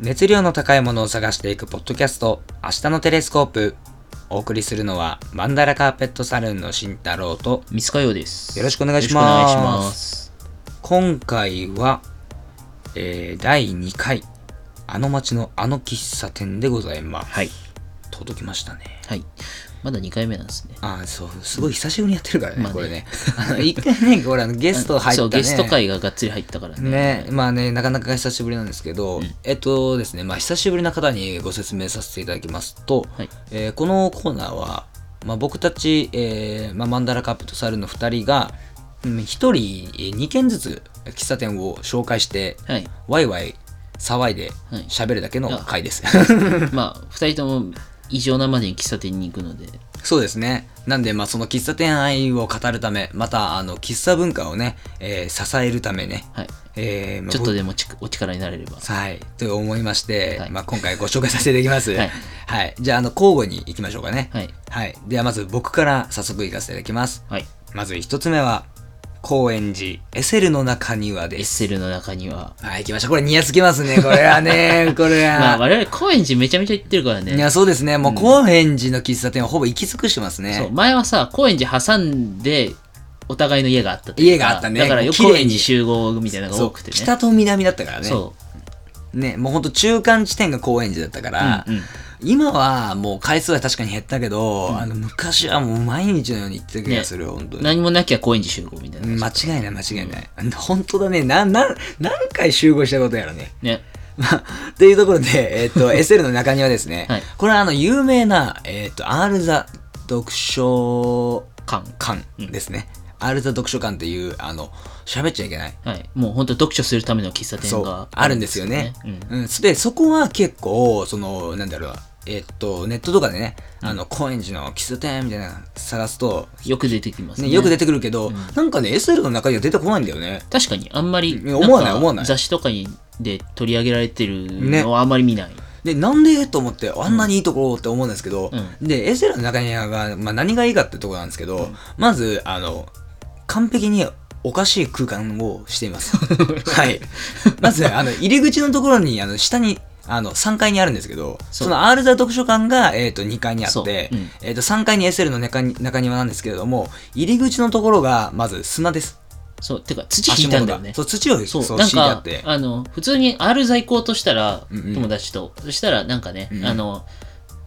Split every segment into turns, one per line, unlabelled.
熱量の高いものを探していくポッドキャスト、明日のテレスコープ。お送りするのは、マンダラカーペットサルーンの慎太郎と、
ミスカヨウです。
よろしくお願いします
よろしくお願いします
今回は、えー、第2回、あの街のあの喫茶店でございます。
はい。
届きましたね。
はい。まだ2回目なんですね。
ああ、そう、すごい久しぶりにやってるからね、
まあね
これね。あの、一回ね、こ れあのゲスト入った
そ
ね。
う、ゲスト会ががっつり入ったからね。
ね、まあね、なかなか久しぶりなんですけど、えっとですね、まあ久しぶりな方にご説明させていただきますと、
はい
えーこのコーナーは、まあ僕たち、えーまあマンダラカップとサルの2人が、うん、1人2軒ずつ喫茶店を紹介して、
はい。
ワイワイ騒いで
はい
喋るだけの回です。
まあ、2人とも異常なまでに喫茶店に行くので、
そうですね。なんで、まあ、その喫茶店愛を語るため、また、あの、喫茶文化をね、えー支えるためね、
はい。
えーまあ
ちょっとでもちくお力になれれば。
はい、と思いまして、
はい
まあ、今回ご紹介させていただきます。は
はいい、
じゃあ、あの、交互に行きましょうかね。
はい。
はい。では、まず僕から早速行かせていただきます。
はい。
まず一つ目は、高円寺エセルの中庭
エッ
です。
セルの中には。
はい、行きましょう。これ、ニヤつきますね。これは ね、これ
ま
は。
あ、我々、高円寺めちゃめちゃ行ってるから
い
ね。
や、そうですね。もう、高円寺の喫茶店はほぼ行き尽くしてます
そう。
ね。
前はさ、高円寺挟んで、お互いの家があったというか
家があったね
だから、よ
綺麗に
高円寺集合みたいなのが
そ
多
う
くてね。
北と南だったからね。
そ
ね、もうほんと中間地点が高円寺だったから、
うんうん
今はもう回数は確かに減ったけど、あの昔はもう毎日のように行ってた気がするよ、本当
う。
に。
何もなきゃ高円寺集合みたいな。
間違いない間違いない。本当だね。な、な、何回集合したことやろね。
ね。
まあ、 というところで、えっ、と、SL の中庭ですね。
はい
これはあの、有名な、えっ、と、アールザ読書
感。
館ですね。アールザ読書館っていう、あの、喋っちゃいけない。
はい、もう本当読書するための喫茶
そ
店
う
が
あるんですよね。
うん
うん、でそこは結構そのなんだろうえっとネットとかでね、あの高円寺の喫茶店みたいなの探すと、
よく出てきますね
ね、よく出てくるけど、なんかね SL の中には出てこないんだよね。
確かにあんまり
うん思わない
んか
思わない
雑誌とかにで取り上げられてる
ね
のはあんまり見ない、
でなんでと思ってあんなにいいところって思うんですけど、
う
で SL の中には、まあ、何がいいかってところなんですけど、まずあの完璧におかしい空間をしてい ます。はい。まず、あの、入り口のところに、あの、下に、あの、3階にあるんですけど、そ
そう
のアールザ読書館が、えっ、と、2階にあ
そ
っ
う
て、
うん
えっ、と、3階に SL の中に中庭なんですけれども、入り口のところが、まず砂です。
そうてか土引いたんだよね
そう、土を
そ
そうう敷
なん
いてあっ
か
て。
あの普通に R 在行としたら、
うんうん
友達とそしたらなんかね、
うん
あの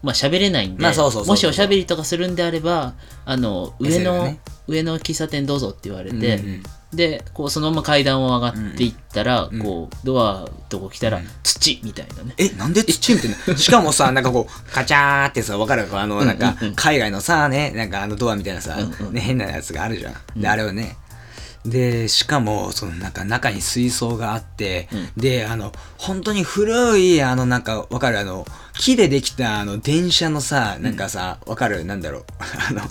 まあ喋れないんで、
まあそうそうそう
もしおしゃべりとかするんであればあの上
SL
の、
ね
上の喫茶店どうぞって言われて、
うんうん
でこうそのまま階段を上がっていったら、
ん
こうドアとこ来たら、
うん
土みたいなね
え、なんで土みたいな。しかもさ、なんかこう、カチャーってさ、わかるあの、なんか
うんうんうん、
海外のさ、ね、なんかあのドアみたいなさ、
うんうん
ね、変なやつがあるじゃん。
ん
で、あれをね。で、しかも、その、なんか中に水槽があって、で、あの、本当に古い、あの、なんか、わかるあの、木でできた、あの、電車のさ、なんかさ、わかるなんだろう。 あの、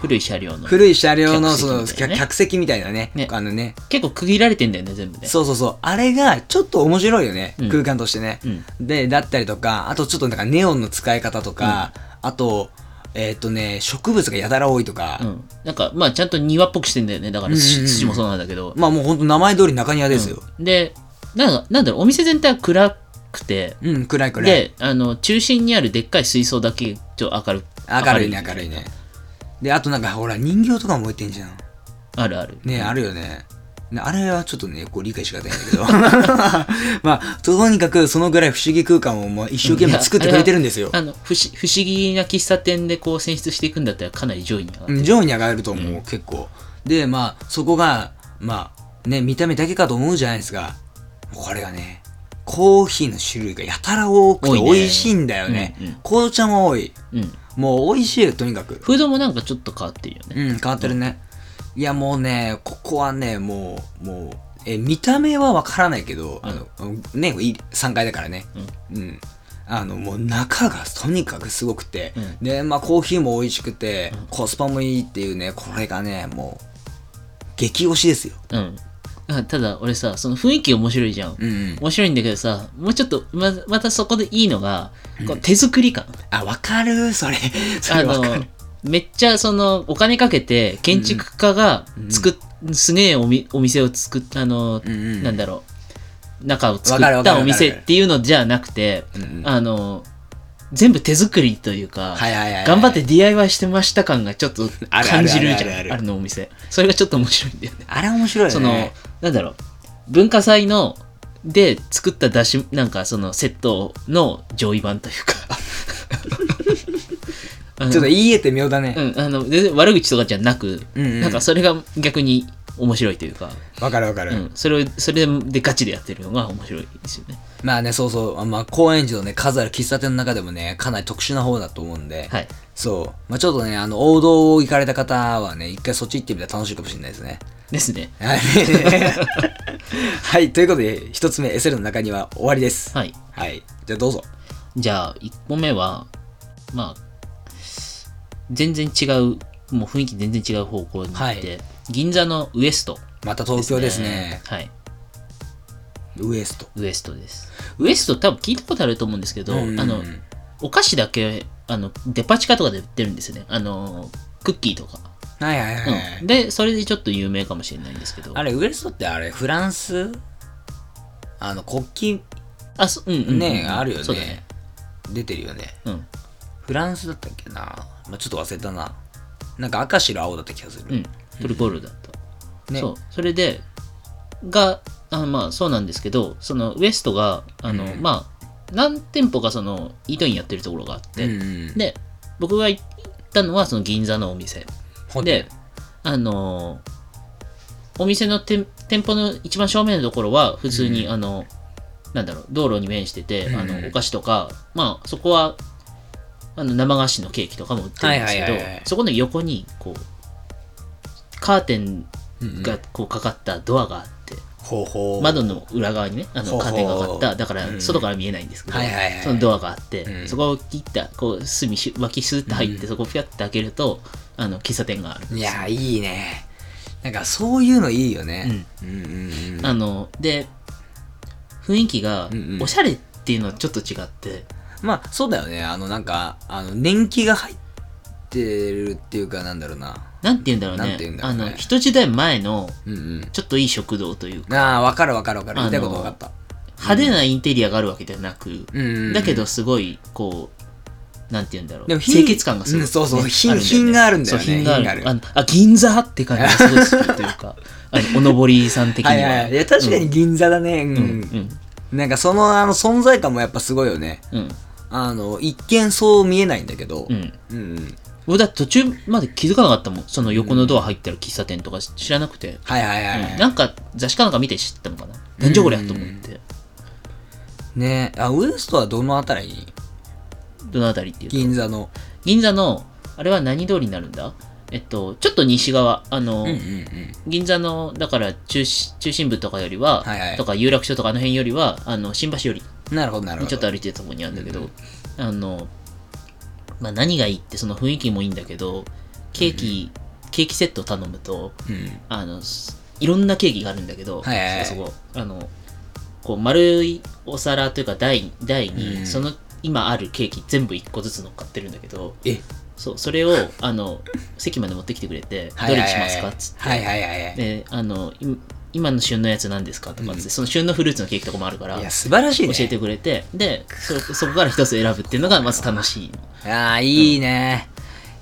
古い車両の
古い車両の、その、
客席みたいなね
客席みたいなね
ね、
あのね、
結構区切られてんだよね全部ね
そうそうそう。あれが、ちょっと面白いよね。
うん
空間としてね。で、だったりとか、あとちょっとなんかネオンの使い方とか、あと、えーっ、とね、植物がやたら多いとか、
うん、なんかまあちゃんと庭っぽくしてんだよねだから
うんう
土
んうん
土もそうなんだけど、
まあもうほんと名前通り中庭ですよ。
うんでなんかなんだろうお店全体は暗くて
うん、暗い暗い。
であの中心にあるでっかい水槽だけちょっと明る
明るいね、明るいね。で、あとなんかほら、人形とかも置いてんじゃん。
あるある
ね、あるよね。ねあれはちょっとね、こう理解しがたいんだけど。 まあ、とにかくそのぐらい不思議空間をもう一生懸命作ってくれてるんですよ。
あの不思不思議な喫茶店でこう選出していくんだったらかなり上位に上がる、
うん上位に上がると思う、結構でまあそこがまあね見た目だけかと思うじゃないですかこれがねコーヒーの種類がやたら多く
多
て
い
美
ね
味しいんだよね
うんうん
紅茶も多い
うん、
もう美味しいよとにかく
フードもなんかちょっと変わってるよね、
うん変わってるね、いやもうねここはねもうもうえ見た目はわからないけど、あのねい3階だからねうん、あのもう中がとにかくすごくて、
う
でまあコーヒーも美味しくて、コスパもいいっていうねこれがねもう激推しですよ
うん。あただ、俺さ、その雰囲気面白いじゃん。
うんうん
面白いんだけどさ、もうちょっと、ま、またそこでいいのが、こう手作り感。
あわかるそれそ
あ
れわ
の
かる、
めっちゃその、お金かけて、建築家が作っ、すげえおみお店を作った、あの、
んうん
なんだろう。中を作
わかる
っ
わかる
た
わかる
お店っていうのじゃなくて、
うんうん
あの、全部手作りという
はい
か、
はいはいはい
頑張って DIY してました感がちょっと
ある
感じるじゃ
あ
ん、
るあるあるある
あるのお店。それがちょっと面白いんだよね。
あれ面白いよね
その、なんだろう、文化祭の、で作っただし、なんかそのセットの上位版と いうか。あの
ちょっと言い得て妙だね
うん、あの全然悪口とかじゃなく、
うんうん
なんかそれが逆に面白いというか、
わ、かるわかる、
うん、それをそれでガチでやってるのが面白いですよね。
まあねそうそうまあ高円寺のね数ある喫茶店の中でもねかなり特殊な方だと思うんで、
はい、
そうまあちょっとねあの王道を行かれた方はね一回そっち行ってみたら楽しいかもしれないですね
ですね。
はいはいということで一つ目 SL の中には終わりです
はい、
はいじゃあどうぞ
じゃあ1個目はまあ全然違うもう雰囲気全然違う方向に行って、
はい
銀座のウエスト
また東京ですね
はい
ウエスト
ウエストですウエスト多分聞いたことあると思うんですけど、
うん
あのお菓子だけあのデパ地下とかで売ってるんですよねあのクッキーとか、
はいはいはい、
うん、でそれでちょっと有名かもしれないんですけど
あれウエストってあれフランスあの国
あそうんうんう
旗
ん
ね、あるよね
そうだね
出てるよね
うん
フランスだったっけな、まあ、ちょっと忘れたななんか赤白青だった気がする、
うんトルコールだった、
ね
そうそれでがあまあそうなんですけどそのウエストがあの、
うん
まあ何店舗かそのイートインやってるところがあって、
うんうん
で僕が行ったのはその銀座のお店
ホテ
で
ル
あのお店の店店舗の一番正面のところは普通に、あのなんだろう道路に面してて、
うん
あのお菓子とかまあそこはあの生菓子のケーキとかも売ってるんですけ
はい
ど
はいはいはい
そこの横にこうカーテン
うんうん
がこうかかったドアがあって、
ほうほう
窓の裏側にねあ
ほ
の
うほう
カーテンがかかっただか
う
ら
ん
外から見えないんですけど、
はいはいはい
そのドアがあって、
うん
そこを切ったこう隅し脇スーッと入って、
うん
そこをピャッて開けるとあの喫茶店がある
いやいいねなんかそういうのいいよね、うん、うんうん
あので雰囲気が
うんうん
おしゃれっていうのはちょっと違って、
まあそうだよねあのなんかあの年季が入ってるっていうかなんだろうな
なんて言うんだろう
なん
ね
て言うんだろ
あ
うね
の人時代前の
うん
ちょっといい食堂というか
うんああ分かる分かる分かる
あ
言いた
の
いこと分かった
派手なインテリアがあるわけではなく、
うんうんうん
だけどすごいこうなんて言うんだろう
でも品
清潔感がすごい、
うんそうそう
ね
品
あるんだよね
品があるんだよね品があ
そう品がある
る
あのあ銀座って感じがすごい好きとい うかあのおのぼりさん的に
は
はい
はいはいいや確かに銀座だねうん、
うんうん
なんかそのあの存在感もやっぱすごいよね
うん
あの一見そう見えないんだけど、
うん、うん
うんうん
僕だって途中まで気づかなかったもんその横のドア入ったら喫茶店とか知らなくて、
はいはいはい、
うんなんか雑誌かなんか見て知ったのかな何じゃこりゃと思って、
ねあウエストはどのあたりに
どのあたりっていうと
銀座の
銀座のあれは何通りになるんだえっとちょっと西側あ
う
の、
んうんうん
銀座のだから中心中心部とかよりは、
はいはい
とか有楽町とかあの辺よりはあの新橋より
なるほどなるほど
ちょっと歩いてるところにあるんだけど、あの、まあ、何がいいってその雰囲気もいいんだけどケーキ、ケーキセット頼むと
うん
あのすいろんなケーキがあるんだけど、
はいはいはい
そこそこあのこう丸いお皿というか台台に、
うん
その今あるケーキ全部1個ずつ乗っかってるんだけど
え
そうそれをあの席まで持ってきてくれて「どれにしますか?」っつって。
はいはいはいはい
であのい今の旬のやつ何ですかとかっつって、その旬のフルーツのケーキとかもあるから
い
教
や素晴らしいね
えてくれてでそそこから一つ選ぶっていうのがまず楽しい
ああいいね、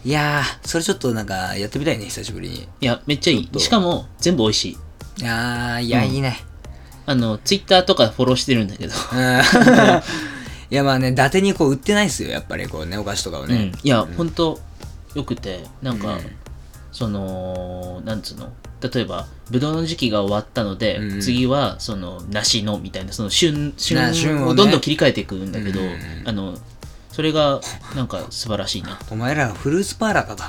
いやーそれちょっとなんかやってみたいね久しぶりに
いやめっちゃい
ちょっと
いしかも全部美味しい
ああいや、
うん
いいね
あのツイッターとかフォローしてるんだけど、
うん いやまあね伊達にこう売ってないっすよやっぱりこうねお菓子とかを
うん
ね、
いや、ほんとよくてなんか、
うん
そのなんつうの例えばぶどうの時期が終わったので、
うん
次はその梨のみたいなその旬
な
旬
旬を
を
ね
どんどん切り替えていくんだけど、
うん
あのそれがなんか素晴らしいな
お前らはフルーツパーラーか と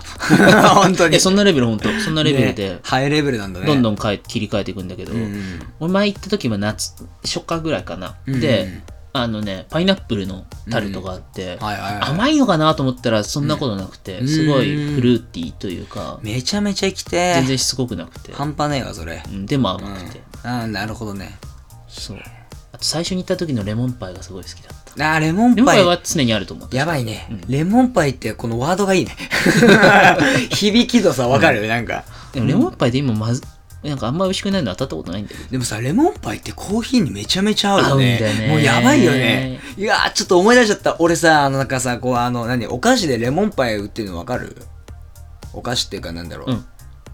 本当
いや
に
そんなレベル、本当そんなレベルで、
ねハイレベルなんだね
どんど
ん、
ん変え切り替えていくんだけど、
うんうん、
俺前行った時は夏、初夏ぐらいかな。
うんうん
で、あのね、パイナップルのタルトがあって、
はいはいはい
甘いのかなと思ったらそんなことなくて、
うん
すごいフルーティーというか、
めちゃめちゃきて
全然しつこくなくて、
半端ねえわそれ
うんでも
うん
甘くて、
あーなるほどね
そう。あと最初に行った時のレモンパイがすごい好きだった。
あーレモン
レモン
パ
パ
イ
イは常にあると思う。
やばいね、レモンパイってこの ワードがいいね響きとさわかるよね、なんか
でもレモンパイで今まず、なんかあんま美味しくないの当たったことないんだけど。
でもさレモンパイってコーヒーにめちゃめちゃ合うよね
合うんだよね
もうやばいよねいやーちょっと思い出しちゃった俺さあのなんかさこうあの何お菓子でレモンパイ売ってるの分かるお菓子っていうかなんだろう、
うん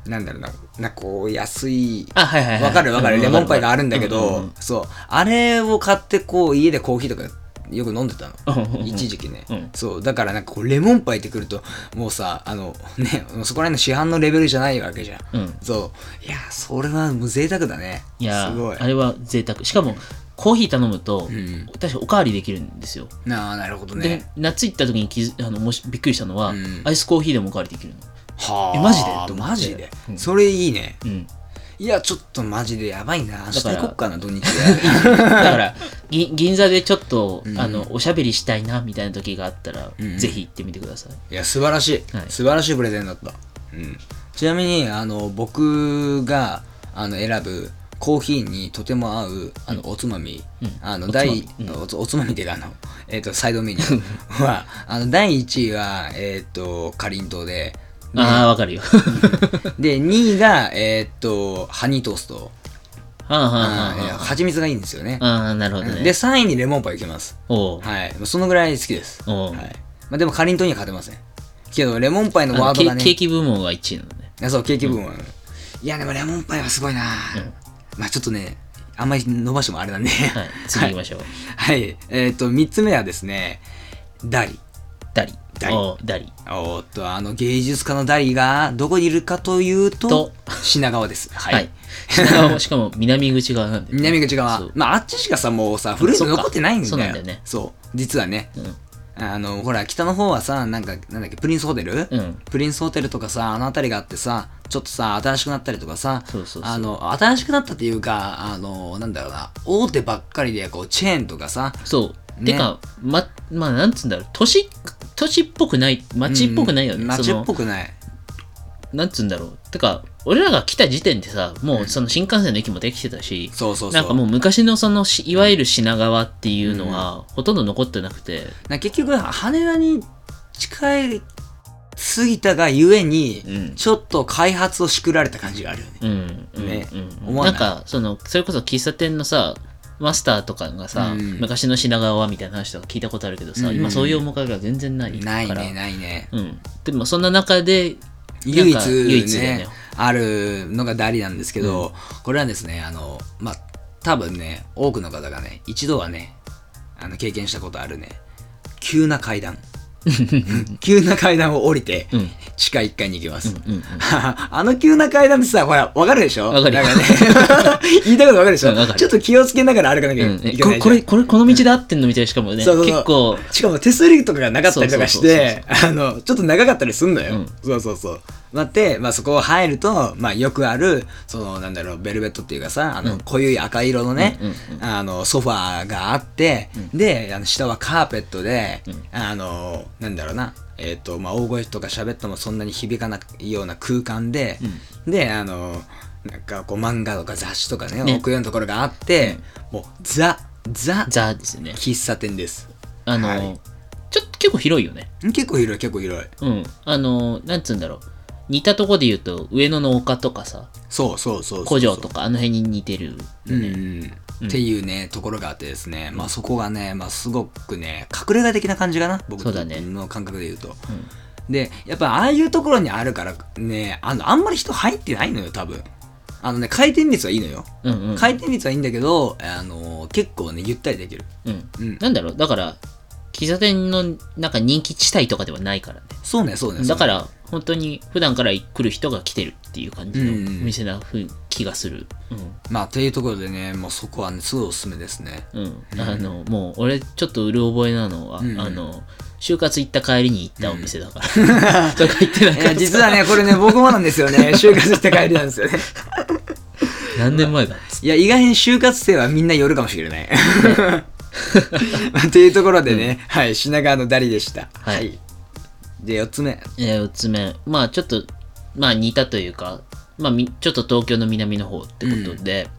なんだろうななんかこう安い
あ、はいはいはい。
わかるわかる、
うん
レモンパイがあるんだけど、
うんうん
そうあれを買ってこう家でコーヒーとかよく飲んでたの
うんうん
一時期ね、
うん
そうだからなんかこうレモンパイってくるともうさあのねそこら辺の市販のレベルじゃないわけじゃん
うん。
そういやそれはもう贅沢だね
いや
すごい
ー、あれは贅沢。しかも、コーヒー頼むと、
うん
確かおかわりできるんですよ。
なあなるほど
で
ね、
夏行った時に気づあのもしびっくりしたのは、
うん
アイスコーヒーでもおかわりできるの。
は
えマジでと思って
マジで、
うん
それいいね
うん。
いやちょっとマジでやばいな明日
から
行こっかな土 日で
だから、ぎ銀座でちょっと、
うん
あの、おしゃべりしたいな、みたいな時があったら、
うん
ぜひ行ってみてください。
いや素晴らしい、
はい
素晴らしいプレゼンだった、うん、ちなみにあの僕があの選ぶコーヒーにとても合うあのおつまみ、
うん
あの
おつまみ
第
うん
おつおつまみっていうかあの、 えっとサイドメニュ ーはあの第1位は、えっとかりんとうでで
ああ、わかるよ。
で2位が、えっとハニートースト
はあはあ
あーえー
はあは
蜂蜜がいいんですよね、
あ。ああ、なるほど
うん
ね。
で3位にレモンパイいけます
おう
はいもうそのぐらい好きです、は
おう
いまあ、でもかりんとうには勝てませんけどレモンパイのワード
あ
が
の
ね
ケーキ部門は1位なのね。
いやそうケーキ部分は、いやでもレモンパイはすごいな、
うん
まあちょっとねあんまり伸ばしてもあれなんでは
はい。次行きましょう。
はい、えっ、と3つ目はですねダリ
ダリ。
ダリ
おうダリ。
おーっとあの芸術家のダリがどこにいるかというと
と
品川 ですはい、
はい。品川もしかも南口側なんで。
南口
そ
側
う
まああっちしかさもうさフルーツ
そっか
残ってないんだよ
そうなんだよね
そう実はね
うん。
あのほら北の方はさなんかなんだっけプリンスホテル、
うん。
プリンスホテルとかさあの辺りがあってさちょっとさ新しくなったりとかさ
そうそうそう
あの新しくなったっていうかあのなんだろうな大手ばっかりでこうチェーンとかさ
そう。
ね
てか、ま、まあ、なんつうんだろう。都市、都市っぽくない、街っぽくないよ
う
ね。
ん
そ
街
の
っぽくない
なんつうんだろう。てか、俺らが来た時点でさ、もうその新幹線の駅もできてたし、
そうそうそう
なんかもう昔のそのし、いわゆる品川っていうのは、ほとんど残ってなくて、
なんか結局羽田に近い過ぎたがゆえに、
うん
ちょっと開発をしくられた感じがあるよね
うん、うん、
ね
うん
思わな
な
い
んか、その、それこそ喫茶店のさ、マスターとかがさ、
うん
昔の品川はみたいな話とか聞いたことあるけどさ、
うん
今そういう面影が全然ないから。
ないねないね
うん。でもそんな中で、
唯
なん
一
か唯一だよ
ね
ね
あるのがダリなんですけど、これはですねあのまあ多分ね多くの方がね一度はねあの経験したことあるね急な階 段急な階段を降りて、
うん
地下1階に行きます、
うんうん
あの急な階段ってさ、ほら、わかるでしょ
わかるよ
なんね 言いたいことわかるでしょ、
うんわかる
ちょっと気をつけながら歩かなきゃ
う
い
ん
けな
え
いじゃ
こ
ん、
れ、これ、これ、この道で合ってんのみたいな、しかもね、
そうそうそう
結構、
しかも手すりとかがなかったりとかして、あの、ちょっと長かったりすんのよ。
うん
そうそうそう。なって、まあそこを入ると、まあよくある、その、なんだろう、ベルベットっていうかさ、あの、濃ゆい赤色のね、
うんうん
あの、ソファーがあって、で、あの、下はカーペットで、あの、なんだろうな、えっ、と、まあ大声とか喋ってもそんなに響かないような空間で、で、あの、なんかこう漫画とか雑誌とかね、
ね
置くようなところがあって、もうザ、ザ、
ザーですよね。
喫茶店です。
あの、
はい
ちょっと結構広いよね。
ん結構広い結構広い
うん。あの、なんつうんだろう。似たとこで言うと、上野の丘とかさ、
そうそうそうそう
古城とか、あの辺に似てるよ
うん
ね。
うんっていうねところがあってですね、まあそこがね、まあ、すごくね隠れ家的な感じかな僕
そうだね
の感覚で言うと、でやっぱああいうところにあるからねあのあんまり人入ってないのよ多分あのね回転率はいいのよ、
うん、うん、うん。
回転率はいいんだけどあの結構ねゆったりできるうん
なんだろう、だから、喫茶店のなんか人気地帯とかではないからね。
そうねそうね
だからら、本当に普段から来る人が来てるっていう感じの
うんうん
お店な雰囲気がする。
まあというところでねもうそこはねすごいおすすめです ね
うん。うん。あの、もう、俺、ちょっとうる覚えなのは、
んうん
あの、就活行った帰りに行ったお店だから。 とか言ってなか
えー
った。
実はねこれね僕もなんですよね就活して帰りなんですよね
何年前だっつって
いや、意外に就活生はみんな寄るかもしれない。ま あというところでね、はい、品川のダリでした。
はい
で、4つ目。
えー、4つ目まあちょっとまあ似たというか、まあ、みちょっと東京の南の方ってことで、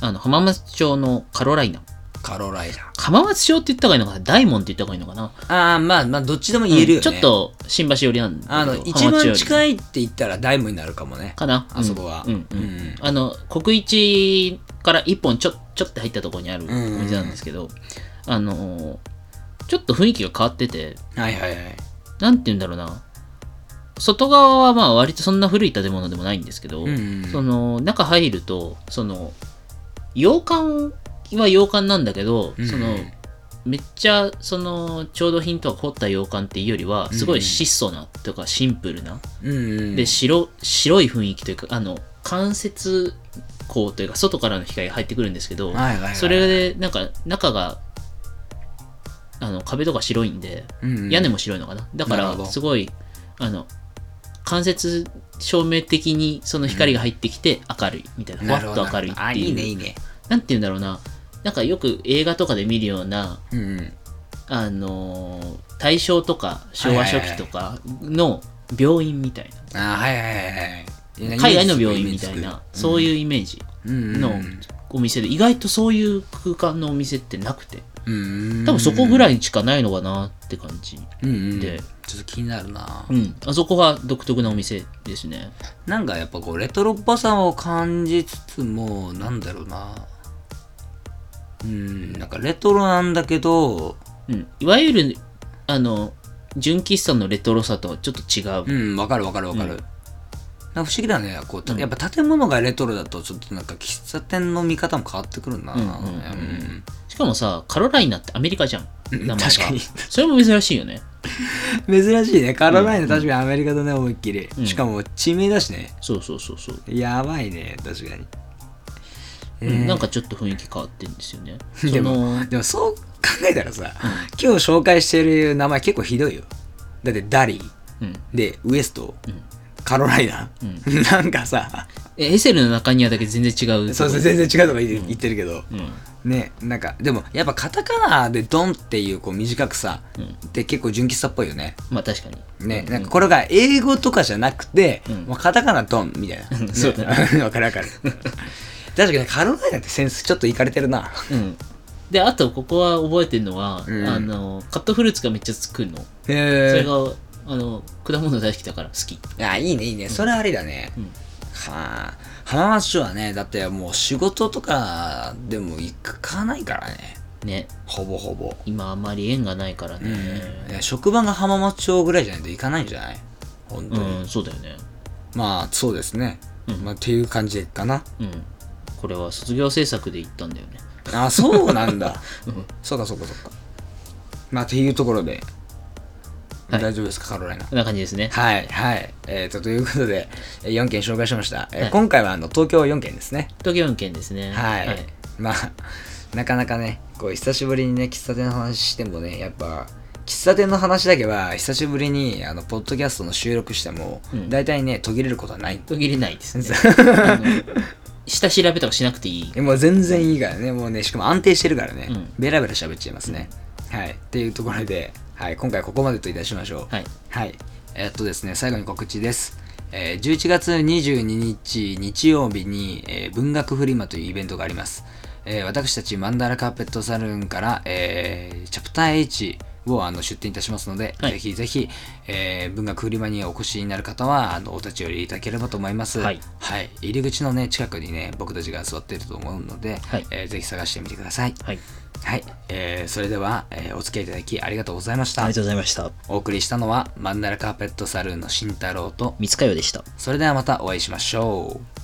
あの浜松町のカロライナ
カロライナ。
浜松町って言った方がいいのかな大門って言った方がいいのかな
ああ、まあまあ、どっちでも言えるよね。
うんちょっと新橋寄りなんだけど
あの、一
浜松町
番
寄り
近いって言ったらダイムになるかもね。
かな
あそこは。
うんうん、
うん
あの国一から一本ちょちょって入ったところにあるお店なんですけど、あのちょっと雰囲気が変わってて
はいはいはい。
なんて言うんだろうな外側はまあ割とそんな古い建物でもないんですけど、
うんうん
その中入るとその洋館は洋館なんだけど、
うん
そのめっちゃその調度品とか凝った洋館っていうよりはすごい質素なとかシンプルな、
うんうん。
で白白い雰囲気というかあの間接光というか外からの光が入ってくるんですけ
は
ど、
いはいはい。
それでなんか中があの壁とか白いんで、
うんうん、
屋根も白いのかなだか
なるほ
ら
ど
すごいあの間接照明的にその光が入ってきて明るいみたいな
な
ふ
る
わっ
ほ
と
ど
明るいっていう
あ、いいねいいね。
なんて言うんだろうななんかよく映画とかで見るような
うんうん。
あのー大正とか昭和初期とかの病院みたいな
あーはいはいはいはい。
海外の病院みたい
イメージ
な、そういうイメージ
つくうんうん
のお店で、意外とそういう空間のお店ってなくて、
うんうん、
多分そこぐ
い
らいにしかないのかなって感じ。
で、
で
ちょっと気になるな、
うん、あそこが独特なお店ですね。
なんかやっぱこうレトロっぽさを感じつつもなんだろうなうんなんかレトロなんだけど
うん、いわゆる、あの、純喫茶のレトロさとはちょっと違う。
うんわかるわかるわかる、
うん
なんか不思議だねこうた
うん
やっぱ建物がレトロだとちょっとなんか喫茶店の見方も変わってくるな、
うんうんうんしかもさ、カロライナってアメリカじゃん。
うん
名前が
確かに
それも珍しいよね。
珍しいねカロライナ確かにアメリカだね思いっきり、
うん
しかも地名だしね
そうそうそうそう。
やばいね確かに、
う
え
ん
ー
なんかちょっと雰囲気変わってんですよね。そ
で
の
も、でもそう考えたらさ、今日紹介してる名前結構ひどいよ。だってダリー、
うん、
で、ウエスト、
うん
カロライナ、なんかさ、
えエセルの中にはだけ全然違う。
そうそう、全然違うとか言って言ってるけど、
うん。
ね、なんか、でもやっぱカタカナでドンっていうこう短くさ、
うん
って結構純喫茶っぽいよね。
まあ確かに。
ね、なんかこれが英語とかじゃなくて、
うん
もうカタカナドンみたいな。ね
そうだ
わかるわかる。確かにカロライナってセンスちょっといかれてるな。
うん。で、あと、ここは覚えてるのは、
うん
あの、カットフルーツがめっちゃ作るの。そ
へ
れが、あの、果物大好きだから好き。
あいいねいいねそれありだね、
うん
はあ浜松町はねだってもう仕事とかでも行かないからね
ね。
ほぼほぼ、
今、あんまり縁がないから
うん
ね。
いや職場が浜松町ぐらいじゃないと行かないんじゃない本
う
当に、
ん、そうだよね。
まあそうですね、
うん
まあ、っていう感じかな
うん。これは卒業制作で行ったんだよね。
あそうなんだ
うん
そうかそうかそうかまあっていうところで、
はい
大丈夫ですかカロライナ
こんな感じですね。
はいはい、えー、とということで4件紹介しました、えー今回はあの東京4件ですね
東京4件ですね。
はい、まあなかなかねこう久しぶりにね喫茶店の話してもねやっぱ喫茶店の話だけは久しぶりにあのポッドキャストの収録しても、
うん
大体ね途切れることはない
途切れないですね。あの下調べとかしなくていい。
えもう全然いいからねもうねしかも安定してるからね、
うん
ベラベラ喋っちゃいますね、はいっていうところで、はい、今回ここまでといたしましょう
はい。
はい。えっとですね、最後に告知です。えー11月22日日曜日に、えー文学フリマというイベントがあります。えー私たちマンダラカーペットサルーンから、えーチャプター H をあの出展いたしますので、
はい
ぜひぜひ、えー文学フリマにお越しになる方はあのお立ち寄りいただければと思います。
はい
はい、入り口の、ね、近くにね僕たちが座っていると思うので、
はい
えーぜひ探してみてください。
はい。
はい、えーそれでは、えーお付き合いいただきありがとうございまし
あ
た。
とうございました。
お送りしたのはマンダラカーペットサルーンの慎太郎と
三つかよでした。
それではまたお会いしましょう